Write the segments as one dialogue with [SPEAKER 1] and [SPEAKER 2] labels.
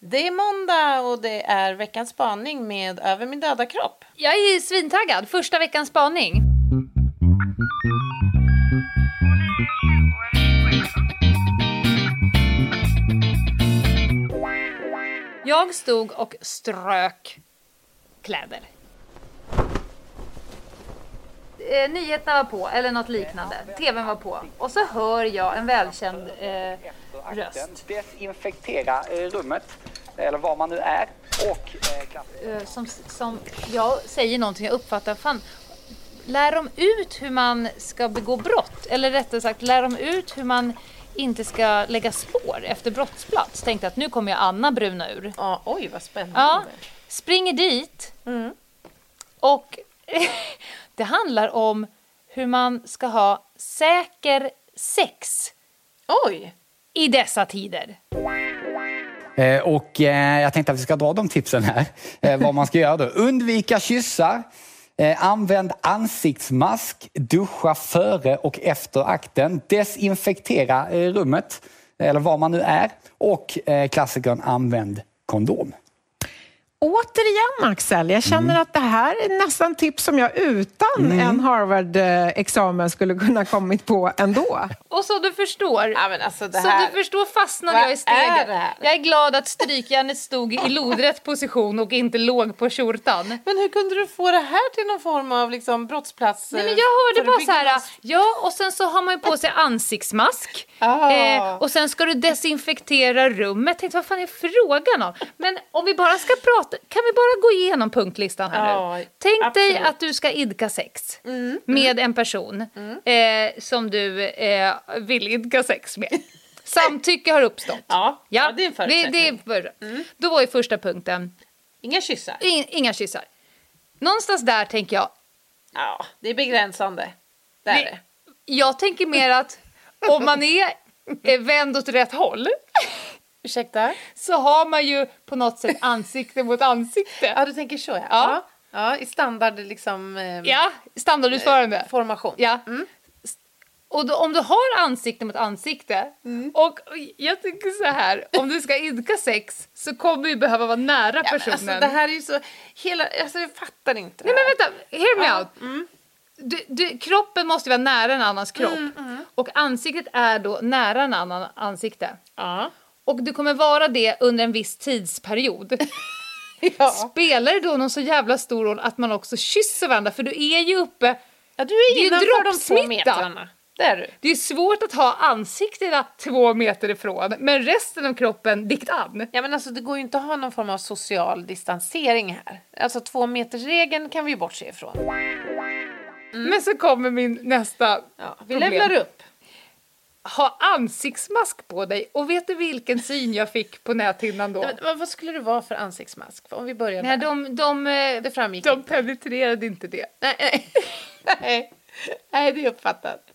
[SPEAKER 1] Det är måndag och det är veckans spaning med Över min döda kropp.
[SPEAKER 2] Jag är svintaggad. Första veckans spaning. Jag stod och strök kläder. Eh, nyheterna var på, eller något liknande. TVn var på. Och så hör jag en välkänd eh,
[SPEAKER 3] Akten.
[SPEAKER 2] röst
[SPEAKER 3] Desinfektera eh, rummet, eller var man nu är, och eh, kaffe.
[SPEAKER 2] eh, som, som jag säger någonting jag uppfattar. Fan, lär dem ut hur man ska begå brott. Eller rättare sagt, lär dem ut hur man inte ska lägga spår efter brottsplats. Tänkte att nu kommer jag Anna bruna ur.
[SPEAKER 1] Ja, oj, vad spännande.
[SPEAKER 2] Ja, springer dit. Och det handlar om hur man ska ha säker sex
[SPEAKER 1] Oj!
[SPEAKER 2] i dessa tider.
[SPEAKER 4] Eh, Och eh, jag tänkte att vi ska dra de tipsen här, eh, vad man ska göra då. Undvika kyssar, eh, använd ansiktsmask, duscha före och efter akten, desinfektera eh, rummet, eller var man nu är, och eh, klassikern använd kondom.
[SPEAKER 5] Återigen Axel, jag känner att det här är nästan tips som jag utan en Harvard-examen skulle kunna kommit på ändå.
[SPEAKER 2] Och så du förstår.
[SPEAKER 1] Ja, men alltså det
[SPEAKER 2] Som
[SPEAKER 1] här...
[SPEAKER 2] du förstår fastnade
[SPEAKER 1] Vad
[SPEAKER 2] jag i steget.
[SPEAKER 1] är det här?
[SPEAKER 2] jag är glad att strykjärnet stod i lodrätt position och inte låg på skjortan.
[SPEAKER 1] Men hur kunde du få det här till någon form av liksom, brottsplats?
[SPEAKER 2] Nej,
[SPEAKER 1] eh,
[SPEAKER 2] men jag hörde bara så
[SPEAKER 1] förebyggande?
[SPEAKER 2] här, ja och sen så har man ju på sig ansiktsmask
[SPEAKER 1] Ah.
[SPEAKER 2] eh, och sen ska du desinfektera rummet. Tänkte vad fan är frågan om? Men om vi bara ska prata, kan vi bara gå igenom punktlistan här nu?
[SPEAKER 1] Ja,
[SPEAKER 2] Tänk dig
[SPEAKER 1] absolut. Mm.
[SPEAKER 2] att du ska idka sex med en person eh, som du eh, vill idka sex med. Samtycke har uppstått.
[SPEAKER 1] Ja, ja, det är en
[SPEAKER 2] det, det är
[SPEAKER 1] förutsättning. Mm.
[SPEAKER 2] för, Då var ju första punkten,
[SPEAKER 1] Inga kyssar.
[SPEAKER 2] in, inga kyssar. Någonstans där tänker jag,
[SPEAKER 1] Ja, det är begränsande. Det är det.
[SPEAKER 2] Jag tänker mer att om man är eh, vänd åt rätt håll
[SPEAKER 1] Ursäkta?
[SPEAKER 2] så har man ju på något sätt ansikte mot
[SPEAKER 1] Ja,
[SPEAKER 2] ansikte.
[SPEAKER 1] du tänker så ja.
[SPEAKER 2] Ja.
[SPEAKER 1] Ja, ja i standard liksom, eh,
[SPEAKER 2] Ja, standardutförande.
[SPEAKER 1] formation.
[SPEAKER 2] Ja. S- Och då, om du har ansikte mot ansikte
[SPEAKER 1] Mm.
[SPEAKER 2] och jag tycker så här, om du ska idka sex så kommer du behöva vara nära
[SPEAKER 1] Ja, men
[SPEAKER 2] personen.
[SPEAKER 1] Alltså, det här är ju så... Hela, alltså, jag fattar inte det
[SPEAKER 2] Nej men
[SPEAKER 1] här.
[SPEAKER 2] vänta, hear me out.
[SPEAKER 1] Mm.
[SPEAKER 2] Du, du, kroppen måste vara nära en annans kropp
[SPEAKER 1] Mm,
[SPEAKER 2] och ansiktet är då nära en annan ansikte.
[SPEAKER 1] Ja.
[SPEAKER 2] Och du kommer vara det under en viss tidsperiod.
[SPEAKER 1] Ja.
[SPEAKER 2] Spelar det då någon så jävla stor roll att man också kysser varandra? För du är ju uppe...
[SPEAKER 1] ja, du är
[SPEAKER 2] Det är ju
[SPEAKER 1] innanför de
[SPEAKER 2] droppsmitta.
[SPEAKER 1] två metrarna. Det är du.
[SPEAKER 2] Det är svårt att ha ansiktena två meter ifrån, men resten av kroppen dikt an.
[SPEAKER 1] Ja, men alltså, det går ju inte att ha någon form av social distansering här. Alltså två metersregeln kan vi ju bortse ifrån.
[SPEAKER 2] Men så kommer min nästa
[SPEAKER 1] Ja, vi
[SPEAKER 2] problem.
[SPEAKER 1] levlar upp.
[SPEAKER 2] Ha ansiktsmask på dig. Och vet du vilken syn jag fick på näthinnan då?
[SPEAKER 1] Men, men vad skulle det vara för ansiktsmask? Om vi börjar
[SPEAKER 2] Nej,
[SPEAKER 1] där.
[SPEAKER 2] de, de, eh,
[SPEAKER 1] Det framgick
[SPEAKER 2] de penetrerade inte det.
[SPEAKER 1] Nej, nej. nej. nej, det är uppfattat.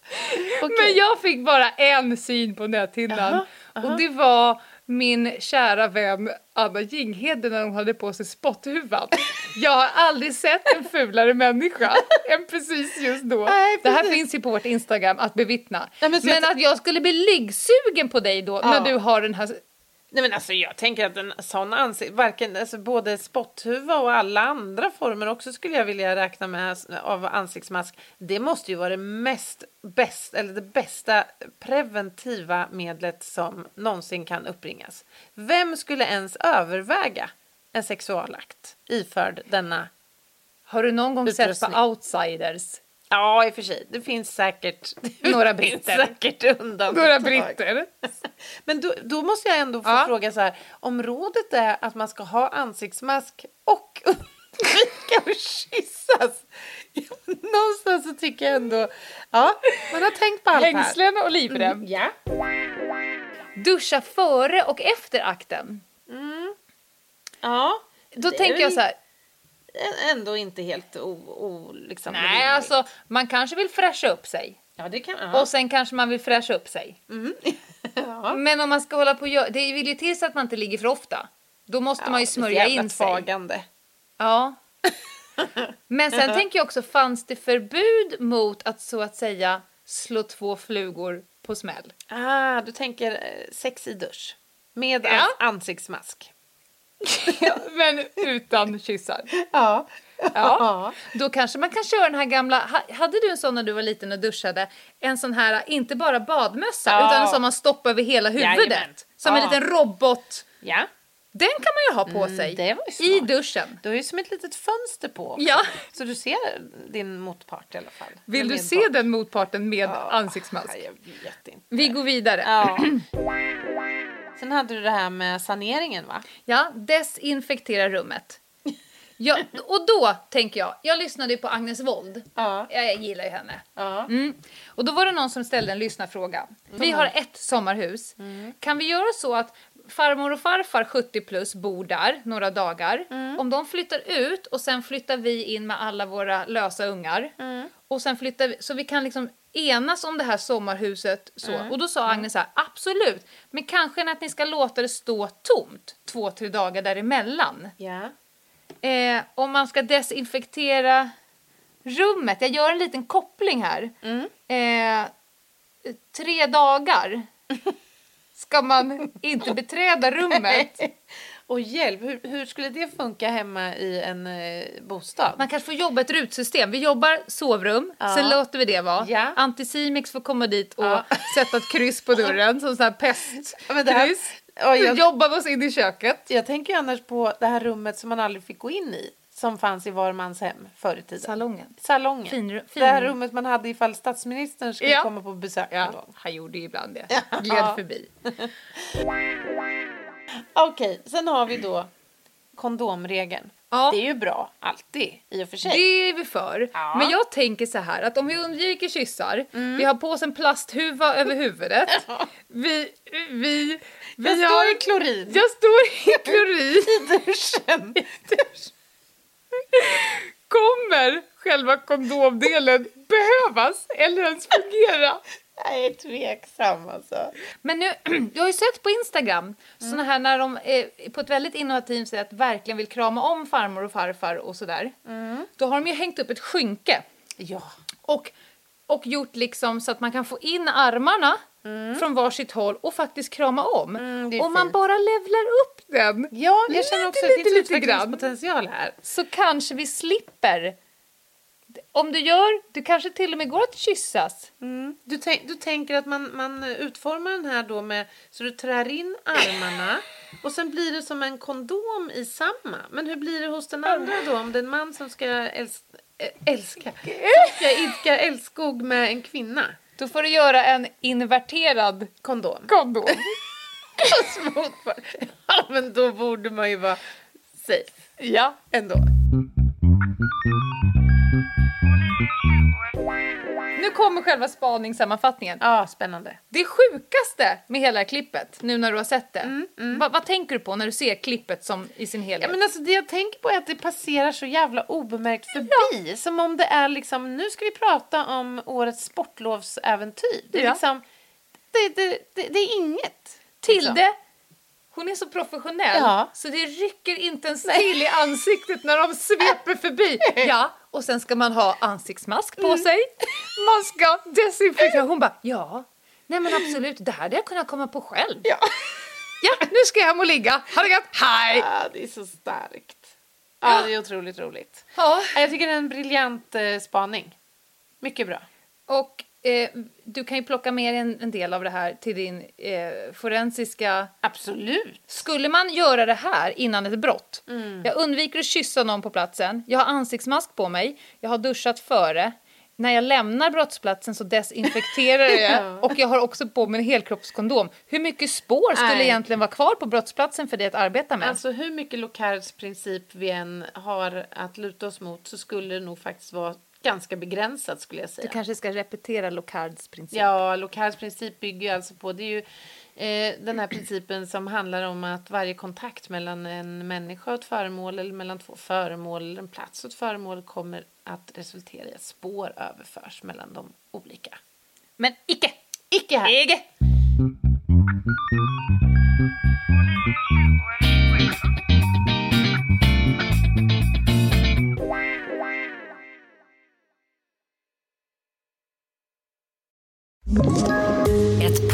[SPEAKER 1] Okej.
[SPEAKER 2] Men jag fick bara en syn på näthinnan.
[SPEAKER 1] Jaha,
[SPEAKER 2] Och det var min kära vän Anna Jinghede när hon hade på sig spotthuvan. Jag har aldrig sett en fulare människa än precis just då.
[SPEAKER 1] Nej,
[SPEAKER 2] Det här
[SPEAKER 1] precis.
[SPEAKER 2] finns ju på vårt Instagram att bevittna.
[SPEAKER 1] Nej,
[SPEAKER 2] men
[SPEAKER 1] men så jag-
[SPEAKER 2] att jag skulle bli liggsugen på dig då när
[SPEAKER 1] Ja.
[SPEAKER 2] du har den här...
[SPEAKER 1] Nej, men alltså, jag tänker att en sån ansikt, varken, alltså, både spotthuva och alla andra former också skulle jag vilja räkna med s- av ansiktsmask. Det måste ju vara det mest bäst, eller det bästa preventiva medlet som någonsin kan uppringas. Vem skulle ens överväga en sexualakt iförd denna?
[SPEAKER 2] Har du någon gång sett på
[SPEAKER 1] Utrustning.
[SPEAKER 2] outsiders?
[SPEAKER 1] Ja, i och för sig, det finns säkert
[SPEAKER 2] Några
[SPEAKER 1] det finns
[SPEAKER 2] britter.
[SPEAKER 1] Säkert undantag.
[SPEAKER 2] Några britter?
[SPEAKER 1] Men då, då måste jag ändå få
[SPEAKER 2] Ja.
[SPEAKER 1] fråga så här. Om rådet är att man ska ha ansiktsmask och undvika att kyssas. ja, Någonstans så tycker jag ändå. Ja, man har tänkt på allt här.
[SPEAKER 2] Hängslen och livrem.
[SPEAKER 1] Ja.
[SPEAKER 2] Mm. Duscha före och efter akten.
[SPEAKER 1] ja.
[SPEAKER 2] Då
[SPEAKER 1] Det är
[SPEAKER 2] tänker jag
[SPEAKER 1] väl
[SPEAKER 2] så här,
[SPEAKER 1] ä- Ändå inte helt o... o liksom,
[SPEAKER 2] Nej,
[SPEAKER 1] rimligt.
[SPEAKER 2] alltså man kanske vill fräscha upp sig.
[SPEAKER 1] Ja, det kan... Mm. Ja.
[SPEAKER 2] Och sen kanske man vill fräscha upp sig.
[SPEAKER 1] ja.
[SPEAKER 2] Men om man ska hålla på och göra... Det vill ju till så att man inte ligger för ofta. Då måste man ju
[SPEAKER 1] Ja,
[SPEAKER 2] smörja
[SPEAKER 1] jävla
[SPEAKER 2] in sig.
[SPEAKER 1] tvagande.
[SPEAKER 2] Ja. Men sen tänker jag också, fanns det förbud mot att så att säga slå två flugor på smäll?
[SPEAKER 1] Ah, du tänker eh, sex i dusch. Med
[SPEAKER 2] Ja.
[SPEAKER 1] ans- ansiktsmask.
[SPEAKER 2] Men utan kyssar.
[SPEAKER 5] Ja.
[SPEAKER 2] Ja. Då kanske man kan köra den här gamla, ha- hade du en sån när du var liten och duschade? En sån här, inte bara badmössa,
[SPEAKER 1] Ja.
[SPEAKER 2] utan en sån man stoppar över hela huvudet.
[SPEAKER 1] Jajamän.
[SPEAKER 2] Som en
[SPEAKER 1] Ja.
[SPEAKER 2] liten robot.
[SPEAKER 1] Ja,
[SPEAKER 2] Den kan man ju ha på sig.
[SPEAKER 1] Mm, det var ju smart.
[SPEAKER 2] I duschen.
[SPEAKER 1] du har ju som ett litet fönster på. också.
[SPEAKER 2] Ja.
[SPEAKER 1] Så du ser din motpart i alla fall.
[SPEAKER 2] Vill
[SPEAKER 1] Eller
[SPEAKER 2] du
[SPEAKER 1] min
[SPEAKER 2] se
[SPEAKER 1] part.
[SPEAKER 2] den motparten med
[SPEAKER 1] Ja,
[SPEAKER 2] ansiktsmask?
[SPEAKER 1] nej, Jag vet inte.
[SPEAKER 2] Vi går vidare.
[SPEAKER 1] Ja. Sen hade du det här med saneringen va?
[SPEAKER 2] Ja, desinfektera rummet. Ja, och då tänker jag, jag lyssnade ju på Agnes Wold.
[SPEAKER 1] Ja.
[SPEAKER 2] Jag, jag gillar ju henne.
[SPEAKER 1] Ja. Mm.
[SPEAKER 2] Mm. Och då var det någon som ställde en lyssnarfråga. Vi har ett sommarhus. Kan vi göra så att farmor och farfar 70 plus bor där några dagar.
[SPEAKER 1] Mm.
[SPEAKER 2] Om de flyttar ut och sen flyttar vi in med alla våra lösa ungar.
[SPEAKER 1] Mm.
[SPEAKER 2] Och sen flyttar vi, så vi kan liksom enas om det här sommarhuset. Så.
[SPEAKER 1] Mm.
[SPEAKER 2] Och då sa Agnes så här, absolut, men kanske att ni ska låta det stå tomt två, tre dagar däremellan.
[SPEAKER 1] Ja.
[SPEAKER 2] Eh, om man ska desinfektera rummet. Jag gör en liten koppling här.
[SPEAKER 1] Mm.
[SPEAKER 2] Eh, tre dagar ska man inte beträda rummet.
[SPEAKER 1] Och hjälp, hur, hur skulle det funka hemma i en eh, bostad?
[SPEAKER 2] Man kanske får jobba ett rutsystem. Vi jobbar sovrum,
[SPEAKER 1] Ja.
[SPEAKER 2] sen låter vi det vara.
[SPEAKER 1] Ja.
[SPEAKER 2] Anticimex får komma dit och
[SPEAKER 1] Ja.
[SPEAKER 2] sätta ett kryss på dörren, som sån här pestkryss.
[SPEAKER 1] Ja, men det här- Ja, jag-
[SPEAKER 2] Sen jobbar vi oss in i köket.
[SPEAKER 1] Jag tänker ju annars på det här rummet som man aldrig fick gå in i. Som fanns i var mans hem förr i tiden.
[SPEAKER 2] Salongen.
[SPEAKER 1] Salongen.
[SPEAKER 2] Finru-
[SPEAKER 1] Det här
[SPEAKER 2] fin-
[SPEAKER 1] rummet man hade ifall statsministern skulle
[SPEAKER 2] Ja.
[SPEAKER 1] komma på besök någon
[SPEAKER 2] Ja,
[SPEAKER 1] gång.
[SPEAKER 2] han gjorde ju ibland det. Gled förbi.
[SPEAKER 1] Okej, sen har vi då kondomregeln.
[SPEAKER 2] Ja.
[SPEAKER 1] Det är ju bra alltid i och för sig.
[SPEAKER 2] Det är vi för.
[SPEAKER 1] Ja.
[SPEAKER 2] Men jag tänker så här att om vi undviker kyssar, vi har på oss en plasthuva över huvudet. Vi, vi, vi
[SPEAKER 1] Jag
[SPEAKER 2] har...
[SPEAKER 1] står i klorin.
[SPEAKER 2] Jag står i klorin.
[SPEAKER 1] duschen.
[SPEAKER 2] Kommer själva kondomdelen behövas eller ens fungera?
[SPEAKER 1] Jag är tveksam alltså.
[SPEAKER 2] Men nu, jag har ju sökt på Instagram, såna här när de eh, på ett väldigt innovativt sätt verkligen vill krama om farmor och farfar och sådär. Då har de ju hängt upp ett skynke.
[SPEAKER 1] Ja.
[SPEAKER 2] Och, och gjort liksom så att man kan få in armarna från varsitt håll och faktiskt krama om.
[SPEAKER 1] Mm. det är
[SPEAKER 2] Om man
[SPEAKER 1] fint.
[SPEAKER 2] bara levlar upp den
[SPEAKER 1] Ja, jag
[SPEAKER 2] Lite,
[SPEAKER 1] känner också att det
[SPEAKER 2] lite,
[SPEAKER 1] finns
[SPEAKER 2] lite grann.
[SPEAKER 1] utvecklingspotential här.
[SPEAKER 2] så kanske vi slipper. Om du gör, du kanske till och med går att kyssas.
[SPEAKER 1] Du, tänk, du tänker att man, man utformar den här då med så du trär in armarna och sen blir det som en kondom i samma. Men hur blir det hos den andra då om det är en man som ska äls- ä- älska? Som ska idka älskog med en kvinna?
[SPEAKER 2] Då får du göra en inverterad
[SPEAKER 1] Kondom.
[SPEAKER 2] kondom.
[SPEAKER 1] Ja men då borde man ju vara safe
[SPEAKER 2] ja.
[SPEAKER 1] ändå.
[SPEAKER 2] Nu kommer själva spaningssammanfattningen.
[SPEAKER 1] Ja, spännande.
[SPEAKER 2] Det sjukaste med hela klippet, nu när du har sett det.
[SPEAKER 1] Mm,
[SPEAKER 2] Va, vad tänker du på när du ser klippet som i sin helhet?
[SPEAKER 1] Ja, men alltså, det jag tänker på är att det passerar så jävla obemärkt förbi. Som om det är liksom, nu ska vi prata om årets sportlovsäventyr. Det är
[SPEAKER 2] Ja.
[SPEAKER 1] liksom, det, det, det, det är inget.
[SPEAKER 2] Tilde, hon är så professionell
[SPEAKER 1] Ja.
[SPEAKER 2] så det rycker inte ens till i ansiktet när de sveper förbi. Ja, och sen ska man ha ansiktsmask
[SPEAKER 1] Mm.
[SPEAKER 2] på sig. Man ska desinfektera. Hon bara, ja, nej men absolut, det här hade jag kunnat komma på själv.
[SPEAKER 1] Ja.
[SPEAKER 2] Ja, nu ska jag hem och ligga. Ha det gött, hej!
[SPEAKER 1] Ah, det är så starkt. Ja, det är otroligt roligt.
[SPEAKER 2] Ja,
[SPEAKER 1] Ja, Jag tycker det är en briljant eh, spaning. Mycket bra.
[SPEAKER 2] och eh, du kan ju plocka med dig en, en del av det här till din eh, forensiska
[SPEAKER 1] Absolut.
[SPEAKER 2] Skulle man göra det här innan ett brott?
[SPEAKER 1] Mm.
[SPEAKER 2] Jag undviker att kyssa någon på platsen. Jag har ansiktsmask på mig. Jag har duschat före. När jag lämnar brottsplatsen så desinfekterar jag och jag har också på mig en helkroppskondom. Hur mycket spår skulle
[SPEAKER 1] Nej.
[SPEAKER 2] egentligen vara kvar på brottsplatsen för dig att arbeta med?
[SPEAKER 1] Alltså hur mycket Locards princip vi än har att luta oss mot så skulle det nog faktiskt vara ganska begränsat skulle jag säga.
[SPEAKER 2] du kanske ska repetera Locards princip.
[SPEAKER 1] Ja, Locards princip bygger ju alltså på, det är ju eh, den här principen som handlar om att varje kontakt mellan en människa och ett föremål eller mellan två föremål eller en plats och ett föremål kommer att resultera i att spår överförs mellan de olika.
[SPEAKER 2] Men icke!
[SPEAKER 1] Icke här!
[SPEAKER 2] Icke!
[SPEAKER 6] Ett